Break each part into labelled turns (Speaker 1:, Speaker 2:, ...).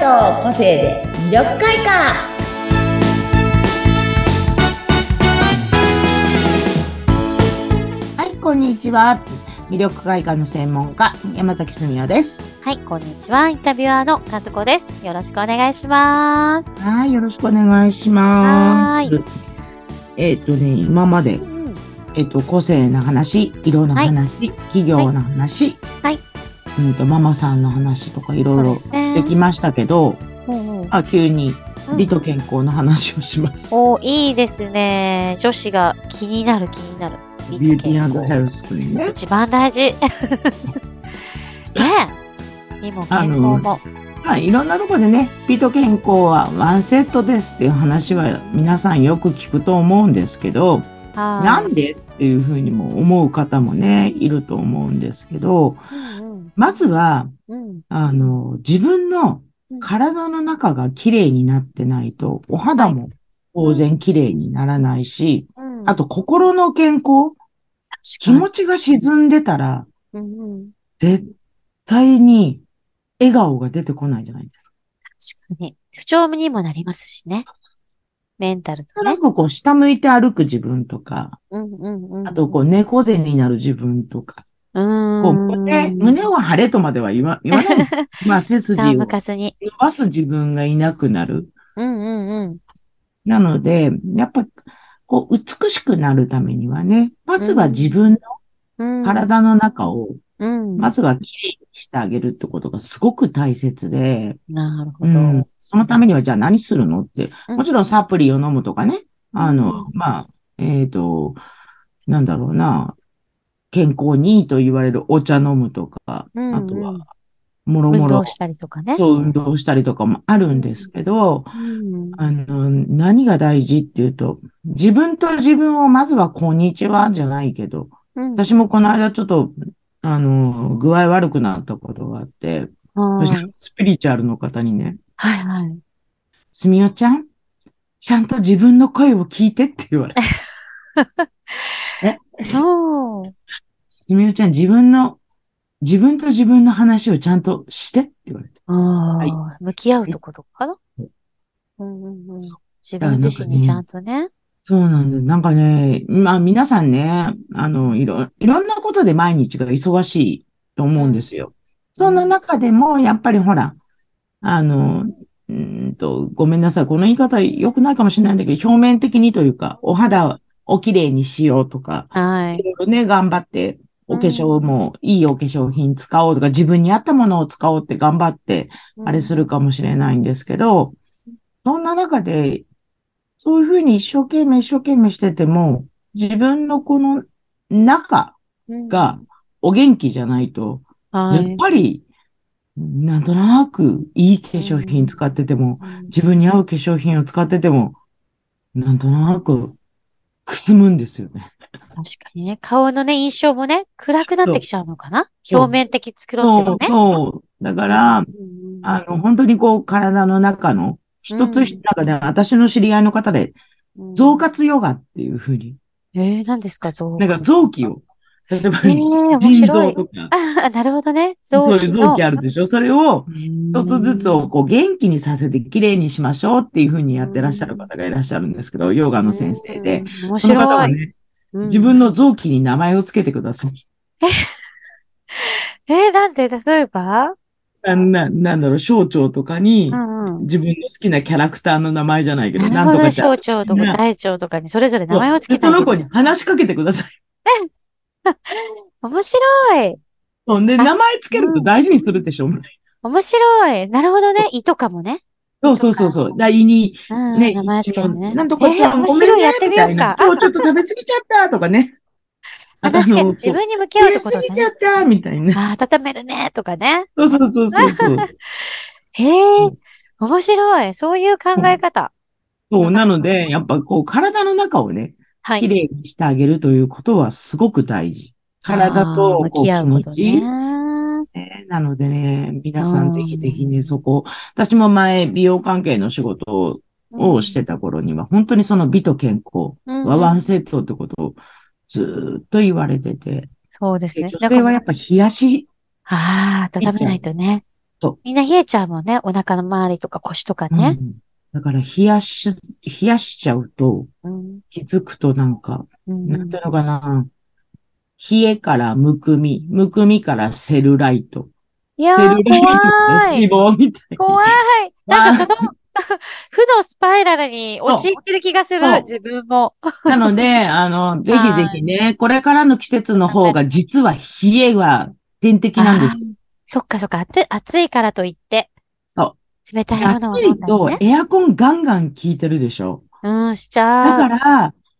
Speaker 1: の個性で魅力開花はいこんにちは魅力開花の専門家山崎すみおです
Speaker 2: はい、こんにちは。インタビュアーの和子です。よろしくお願いします。
Speaker 1: はいよろしくお願いしま
Speaker 2: は
Speaker 1: すえっ、とね今まで
Speaker 2: うん、
Speaker 1: えっと、個性の話、色の話、企業の話、
Speaker 2: はい
Speaker 1: うんと、ママさんの話とかいろ
Speaker 2: そう
Speaker 1: いろ
Speaker 2: ですね。
Speaker 1: できましたけど、
Speaker 2: うんうん
Speaker 1: あ、急に
Speaker 2: うん
Speaker 1: 美と健康の話をします。
Speaker 2: おーいいですね。女子が気になる気になる。
Speaker 1: ビューティーヘ
Speaker 2: ル
Speaker 1: ルスにね。
Speaker 2: 一番 大事。ねえ。身も健康も。
Speaker 1: まあ、いろんなとこでね、美と健康はワンセットですっていう話は皆さんよく聞くと思うんですけど、な
Speaker 2: は
Speaker 1: んでっていうふうにも思う方もね、いると思うんですけど、
Speaker 2: いうん
Speaker 1: まずは、
Speaker 2: うんうん
Speaker 1: あの、自分の体の中が綺麗になってないと、お肌も当然綺麗にならないし、
Speaker 2: うん
Speaker 1: あと心の健康、気持ちが沈んでたら、
Speaker 2: うんうん
Speaker 1: 絶対に笑顔が出てこないじゃないですか。
Speaker 2: 確かに不調にもなりますしね。メンタルと
Speaker 1: な
Speaker 2: ね
Speaker 1: ん。かこう、下向いて歩く自分とか、
Speaker 2: うんうんうん
Speaker 1: あとこう、猫背になる自分とか、
Speaker 2: うーん。
Speaker 1: こう、胸、胸を張れとまでは言わ言わない。 まあ、背筋
Speaker 2: 皮
Speaker 1: を
Speaker 2: を
Speaker 1: 伸
Speaker 2: 向かずに。
Speaker 1: ばす自分がいなくなる。
Speaker 2: うんうんうん。
Speaker 1: なので、やっぱ、こう、美しくなるためにはね、まずは自分
Speaker 2: うん、
Speaker 1: 体の中を、
Speaker 2: うん。
Speaker 1: まずはきれいにしてあげるってことがすごく大切で、
Speaker 2: なるほ
Speaker 1: う
Speaker 2: ど。
Speaker 1: ん、そのためにはじゃあ何するのって、
Speaker 2: うん
Speaker 1: もちろんサプリを飲むとかね、あの
Speaker 2: う、
Speaker 1: まあ、えっ、と、なんだろうな、健康にいいと言われるお茶飲むとか、
Speaker 2: うんうん
Speaker 1: あとは、もろ
Speaker 2: 運
Speaker 1: もろ
Speaker 2: 動、したりとかね。
Speaker 1: そう運動したりとかもあるんですけど、
Speaker 2: うん。
Speaker 1: あの、何が大事っていうと、自分と自分をまずはこんにちはじゃないけど、
Speaker 2: うん、
Speaker 1: 私もこの間ちょっと、あの、具合悪くなったことがあって、
Speaker 2: は
Speaker 1: そ
Speaker 2: い
Speaker 1: したらスピリチュアルの方にね、
Speaker 2: はいはい。
Speaker 1: すみおちゃん、ちゃんと自分の声を聞いてって言われ て、
Speaker 2: そう。
Speaker 1: すみおちゃん自分の、自分と自分の話をちゃんとしてって言われて。
Speaker 2: ああ、向き合うとことかな。うんうんうん。自分自身にちゃんとね。
Speaker 1: そうなんです。なんかね、まあ皆さんね、あの、いろ、いろんなことで毎日が忙しいと思うんですよ。そんな中でも、やっぱりほら、あの、うーんと、ごめんなさい。この言い方良くないかもしれないんだけど、表面的にというか、お肌をきれいにしようとか、
Speaker 2: はい
Speaker 1: い。ろいろね、頑張って、お化粧も、いいお化粧品使おうとか、自分に合ったものを使おうって頑張って、あれするかもしれないんですけど、そんな中で、そういうふうに一生懸命一生懸命してても、自分のこの中
Speaker 2: うん
Speaker 1: が、お元気じゃないと、
Speaker 2: は
Speaker 1: やっ
Speaker 2: い。
Speaker 1: ぱり、なんとなくいい化粧品使ってても、自分に合う化粧品を使ってても、なんとなくくすむんですよね。
Speaker 2: 確かにね、顔のね、印象もね、暗くなってきちゃうのかな
Speaker 1: そう
Speaker 2: 表面的作ろうけ
Speaker 1: そ
Speaker 2: ど
Speaker 1: う、
Speaker 2: ね。
Speaker 1: そう。だから、
Speaker 2: うんうん
Speaker 1: あの、本当にこう、体の中の、一つ一つ、なんかね、私の知り合いの方で、
Speaker 2: うん
Speaker 1: 増活ヨガっていうふうに、
Speaker 2: えー、何ですか、増
Speaker 1: なんか臓器を、例えば
Speaker 2: えー、面
Speaker 1: 腎
Speaker 2: 白
Speaker 1: 臓
Speaker 2: い。
Speaker 1: とか、
Speaker 2: あ なるほどね。臓
Speaker 1: そう
Speaker 2: 器
Speaker 1: いう
Speaker 2: の。
Speaker 1: 臓器あるでしょそれを
Speaker 2: 一
Speaker 1: 一つずつをこう元気にさせて綺麗にしましょうっていうふうにやってらっしゃる方がいらっしゃるんですけど、ヨガの先生で。。
Speaker 2: 面
Speaker 1: その方
Speaker 2: 白。
Speaker 1: はいね、
Speaker 2: うん
Speaker 1: 自分の臓器に名前をつけてください。
Speaker 2: えー、なんで、例えば
Speaker 1: な、ななんだろう、小腸とかに
Speaker 2: う、んうん。
Speaker 1: 自分の好きなキャラクターの名前じゃないけど、な
Speaker 2: なる
Speaker 1: んと
Speaker 2: ほど
Speaker 1: か
Speaker 2: ね、
Speaker 1: ち
Speaker 2: 小
Speaker 1: ゃん
Speaker 2: 腸とか
Speaker 1: な
Speaker 2: 大腸とかにそれぞれ名前をつけ
Speaker 1: で
Speaker 2: た
Speaker 1: そ
Speaker 2: い。
Speaker 1: の子に話しかけてください。
Speaker 2: 面白い。
Speaker 1: ほんで、名前つけると大事にするでしょ、
Speaker 2: 面白い。なるほどね。胃とかもね。
Speaker 1: そうそうそうそう。だ胃に、
Speaker 2: うんうん、
Speaker 1: ね、
Speaker 2: 名前つけるね。
Speaker 1: なんとかちゃん、
Speaker 2: えー、面
Speaker 1: ごめん
Speaker 2: 白い。
Speaker 1: ね
Speaker 2: やってみようか。
Speaker 1: みたいな今日ちょっと食べ過ぎちゃったとかね。
Speaker 2: あ、確か
Speaker 1: あの
Speaker 2: に自分に向き
Speaker 1: こ
Speaker 2: 合
Speaker 1: う
Speaker 2: うっ
Speaker 1: 食
Speaker 2: て
Speaker 1: べ
Speaker 2: こ
Speaker 1: 過
Speaker 2: と
Speaker 1: ぎち
Speaker 2: ね
Speaker 1: ゃ。ったみたいな。
Speaker 2: あ、温めるね、とかね。
Speaker 1: そうそうそうそう そう。
Speaker 2: へえ
Speaker 1: う、
Speaker 2: 面白い。そういう考え方。
Speaker 1: そう、なので、やっぱこう、体の中をね、
Speaker 2: は
Speaker 1: 綺
Speaker 2: い。
Speaker 1: 麗にしてあげるということはすごく大事。体
Speaker 2: あー
Speaker 1: と
Speaker 2: 向
Speaker 1: こう
Speaker 2: き合
Speaker 1: 気
Speaker 2: うこ
Speaker 1: 持
Speaker 2: と
Speaker 1: ち
Speaker 2: ね。。
Speaker 1: ねなのでね、皆さ
Speaker 2: うん
Speaker 1: んぜひぜひね、そこ、私も前、美容関係の仕事をしてた頃には、本当にその美と健康
Speaker 2: うん
Speaker 1: はワ
Speaker 2: うん
Speaker 1: ンセットってことをずーっと言われてて、
Speaker 2: そうです
Speaker 1: で
Speaker 2: ね。
Speaker 1: 女性はやっぱ冷やし
Speaker 2: ああ、温めないとね。
Speaker 1: そう
Speaker 2: みんな冷えちゃうもんね。お腹の周りとか腰とかね。
Speaker 1: うんだから、冷やし、冷やしちゃうと、
Speaker 2: うん。
Speaker 1: 気づくとなんか、
Speaker 2: うん
Speaker 1: なんていうのかな。冷えからむくみ、むくみからセルライト。
Speaker 2: いや
Speaker 1: セ
Speaker 2: ー、
Speaker 1: ルライト
Speaker 2: 怖い。
Speaker 1: って脂肪みたいな。
Speaker 2: 怖い。なんかその、 負のスパイラルに陥ってる気がする
Speaker 1: そうそう、
Speaker 2: 自分も。
Speaker 1: なので、あの、ぜひぜひね、これからの季節の方が、実は冷えは天敵なんです。
Speaker 2: あーそっかそっか、あつ暑いからといって。
Speaker 1: そ
Speaker 2: 冷たいものを
Speaker 1: 暑
Speaker 2: 飲ん
Speaker 1: い
Speaker 2: だり
Speaker 1: と
Speaker 2: ね。
Speaker 1: エアコンガンガン効いてるでしょ。
Speaker 2: うん、しち
Speaker 1: だ
Speaker 2: ゃ
Speaker 1: か
Speaker 2: う。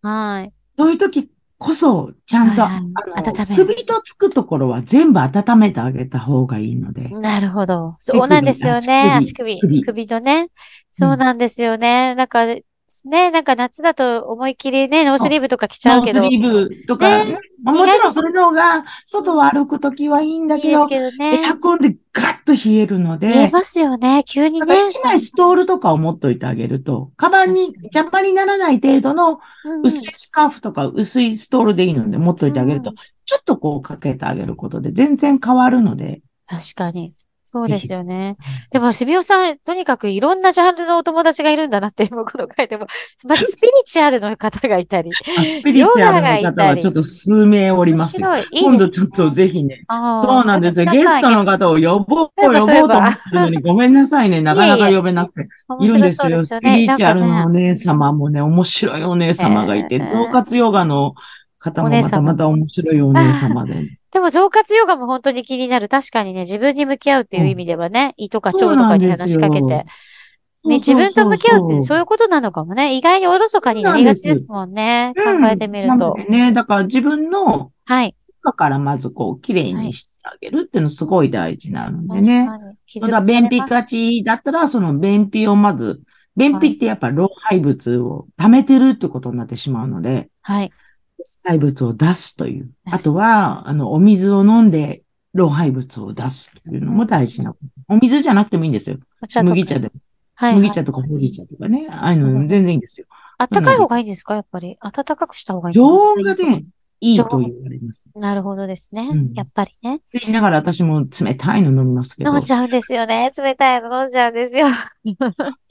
Speaker 1: ら、
Speaker 2: はい。
Speaker 1: そういう時こそ、ちゃんと、
Speaker 2: はいはい
Speaker 1: あの
Speaker 2: 温める
Speaker 1: 首とつくところは全部温めてあげた方がいいので。
Speaker 2: なるほど。そうなんですよね。足
Speaker 1: 足
Speaker 2: 首、
Speaker 1: 首
Speaker 2: 首のね。そうなんですよね。なんか、ね、なんか夏だと思いっきりね、ノースリーブとか着ちゃ
Speaker 1: ノ
Speaker 2: う
Speaker 1: ー
Speaker 2: け
Speaker 1: ス
Speaker 2: ど。
Speaker 1: リーブとか、
Speaker 2: ね
Speaker 1: まあもちろんそれの方が、外を歩く時はいいんだ
Speaker 2: いい
Speaker 1: け
Speaker 2: です
Speaker 1: ど、
Speaker 2: けどね
Speaker 1: エ。アコンでガッと冷えるので、
Speaker 2: 冷えますよね。急に
Speaker 1: だから
Speaker 2: ね。
Speaker 1: 一枚ストールとかを持っといてあげると、カバンに
Speaker 2: 確かに
Speaker 1: 邪魔にならない程度の
Speaker 2: うんうん
Speaker 1: 薄いスカーフとか薄いストールでいいので持っといてあげると、
Speaker 2: うん
Speaker 1: ちょっとこうかけてあげることで全然変わるので。
Speaker 2: 確かに。そう
Speaker 1: ぜ
Speaker 2: で
Speaker 1: ひ
Speaker 2: すよね。でも、すみおさん、とにかくいろんなジャンルのお友達がいるんだなって、 今この回でも。まず、スピリチュアルの方がいたり。
Speaker 1: あスピリチュアルの方はちょっと数名おり
Speaker 2: 面
Speaker 1: ますよ。
Speaker 2: 白い。いい
Speaker 1: 今
Speaker 2: で
Speaker 1: 度
Speaker 2: す
Speaker 1: ちょっとぜひね。そうなんですよ。ゲストの
Speaker 2: が
Speaker 1: 方を呼ぼう、
Speaker 2: そ
Speaker 1: 呼
Speaker 2: ういえ
Speaker 1: ぼう
Speaker 2: ばそういえ
Speaker 1: と
Speaker 2: ば
Speaker 1: 思ってるのに、ごめんなさいね。なかなか呼べなくて。いるんですよ。スピリチュアルのお姉様もね、面白いお姉様がいて、
Speaker 2: えー
Speaker 1: 増活ヨガの方も
Speaker 2: お姉
Speaker 1: ま
Speaker 2: 様
Speaker 1: たまた面白いお姉 様で。
Speaker 2: でも、増活ヨガも本当に気になる。確かにね、自分に向き合うっていう意味ではね、胃とか腸
Speaker 1: そう
Speaker 2: と
Speaker 1: な
Speaker 2: か
Speaker 1: ん
Speaker 2: に
Speaker 1: です
Speaker 2: 話し
Speaker 1: よ
Speaker 2: かけて。ね、
Speaker 1: そ
Speaker 2: 自
Speaker 1: う
Speaker 2: 分と向き合うってそういううことなのかもね。意外におろそかになりがちですもんね。
Speaker 1: そうそう
Speaker 2: 考えてみる
Speaker 1: うんな
Speaker 2: と
Speaker 1: の。でね、だから自分の
Speaker 2: はい。
Speaker 1: 中からまずこう、綺麗にしてあげるっていうのすごい大事なので
Speaker 2: 確
Speaker 1: ね。
Speaker 2: かに。気
Speaker 1: ただ、便秘
Speaker 2: か
Speaker 1: がちだったら、その便秘をまず、便秘ってやっぱ老廃物を溜めてるってことになってしまうので、
Speaker 2: はい。
Speaker 1: 老廃物を出すという。
Speaker 2: 出す
Speaker 1: あとは、あの、お水を飲んで、老廃物を出すというのも大事なこと。お水じゃなくてもいいんですよ。
Speaker 2: お茶とか
Speaker 1: 麦茶でも。
Speaker 2: はい、
Speaker 1: 麦
Speaker 2: はい。
Speaker 1: 茶とかほうじ茶とかね。ああいう
Speaker 2: う
Speaker 1: の
Speaker 2: ん
Speaker 1: 全然いいんですよ。
Speaker 2: あったかい方がいいんですかやっぱり。暖かくした方がいいん
Speaker 1: 常温
Speaker 2: ですか
Speaker 1: がね、いい
Speaker 2: 常
Speaker 1: と
Speaker 2: 温
Speaker 1: 言われます。
Speaker 2: なるほどですね。
Speaker 1: うん
Speaker 2: やっぱりね。
Speaker 1: って言いながら私も冷たいの飲みますけど。
Speaker 2: 飲んじゃうんですよね。冷たいの飲んじゃうんですよ。
Speaker 1: そ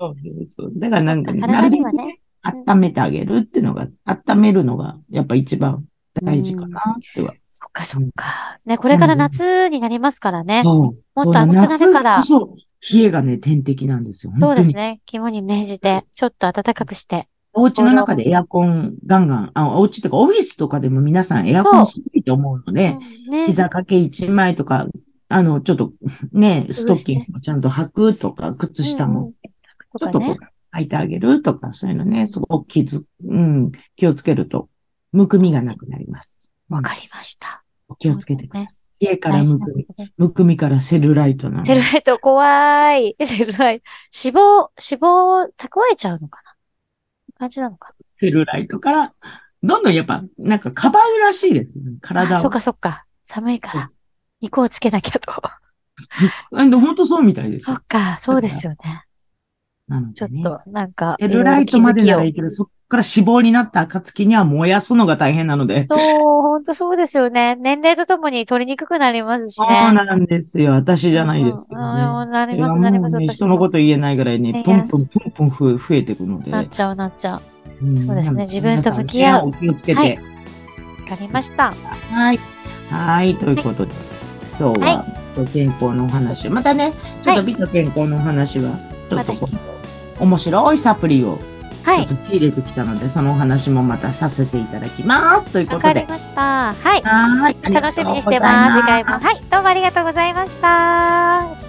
Speaker 1: うそうそう。だからなんか、
Speaker 2: 体
Speaker 1: なるべ
Speaker 2: には
Speaker 1: く
Speaker 2: ね
Speaker 1: ね、温めてあげるっていうのが、温めるのが、やっぱ一番大事かなっては。
Speaker 2: そっかそっか。ね、これから夏になりますからね。
Speaker 1: そう
Speaker 2: もっ
Speaker 1: そ
Speaker 2: と
Speaker 1: うだ
Speaker 2: 暑くなるから
Speaker 1: 夏こそ、冷えがね、天敵なんですよ。
Speaker 2: そう
Speaker 1: 本当
Speaker 2: で
Speaker 1: に
Speaker 2: すね。肝に銘じて、ちょっと暖かくして。
Speaker 1: お家の中でエアコンガンガン、あ、お家とかオフィスとかでも皆さんエアコンすごいと思うので、
Speaker 2: うんね
Speaker 1: 膝掛け1枚とか、あの、ちょっとね、ストッキングもちゃんと履くとか、靴下
Speaker 2: うんう
Speaker 1: も
Speaker 2: んと
Speaker 1: ちょ
Speaker 2: か
Speaker 1: っとこ
Speaker 2: ね。
Speaker 1: う、履いてあげるとか、そういうのね、すごく気づ、うん、気をつけると、むくみがなくなります。
Speaker 2: わかりました。
Speaker 1: うん気をつけてください。家から
Speaker 2: 大事
Speaker 1: む
Speaker 2: な
Speaker 1: く
Speaker 2: こ
Speaker 1: み、
Speaker 2: とね
Speaker 1: むくみからセルライトなの
Speaker 2: セルライト怖い。 セルライト。脂肪、脂肪を蓄えちゃうのかな感じなのか
Speaker 1: セルライトから、どんどんやっぱ、なんか、かばうらしいですよね、
Speaker 2: なあ
Speaker 1: 体
Speaker 2: そう
Speaker 1: を。
Speaker 2: かそうか。寒いから。肉をつけなきゃ と。
Speaker 1: うんで本当そうみたいです
Speaker 2: そ
Speaker 1: よ。
Speaker 2: っか、そうですよね。
Speaker 1: なの
Speaker 2: ちょ
Speaker 1: で
Speaker 2: っ
Speaker 1: ね。
Speaker 2: と、なんか、
Speaker 1: セルライトまで
Speaker 2: い
Speaker 1: な
Speaker 2: ろ
Speaker 1: らい
Speaker 2: い
Speaker 1: いけど、そっから脂肪になった暁には燃やすのが大変なので。
Speaker 2: ろ気づきをそう、本当そうですよね。年齢とともに取りにくくなりますし
Speaker 1: そう
Speaker 2: ね。
Speaker 1: なんですよ。私じゃないですけどね。
Speaker 2: うんうんなります
Speaker 1: それは
Speaker 2: なり
Speaker 1: も
Speaker 2: ま
Speaker 1: う
Speaker 2: す
Speaker 1: ね、
Speaker 2: 私も
Speaker 1: 人のこと言えないぐらいね、
Speaker 2: い
Speaker 1: ポ
Speaker 2: や
Speaker 1: ンポンポンポンふ増えていくので。
Speaker 2: なっちゃうなっちゃう。
Speaker 1: ん
Speaker 2: そうですね
Speaker 1: なの
Speaker 2: 自分と向き合う
Speaker 1: 皆さんねお気をつけて。
Speaker 2: は
Speaker 1: はいい。
Speaker 2: わかりました。
Speaker 1: はい。ということで、今日は美と健康のお話を、またね、ちょっと美と健康のお話は、ちょっとこう、面白いサプリを
Speaker 2: は
Speaker 1: ちょっ
Speaker 2: い。
Speaker 1: と入れてきたので、そのお話もまたさせていただきます。というこ
Speaker 2: わ
Speaker 1: と
Speaker 2: か
Speaker 1: で
Speaker 2: り。ました。はい。
Speaker 1: はい。
Speaker 2: 楽しみにしてます。次回も。はい。どうもありがとうございました。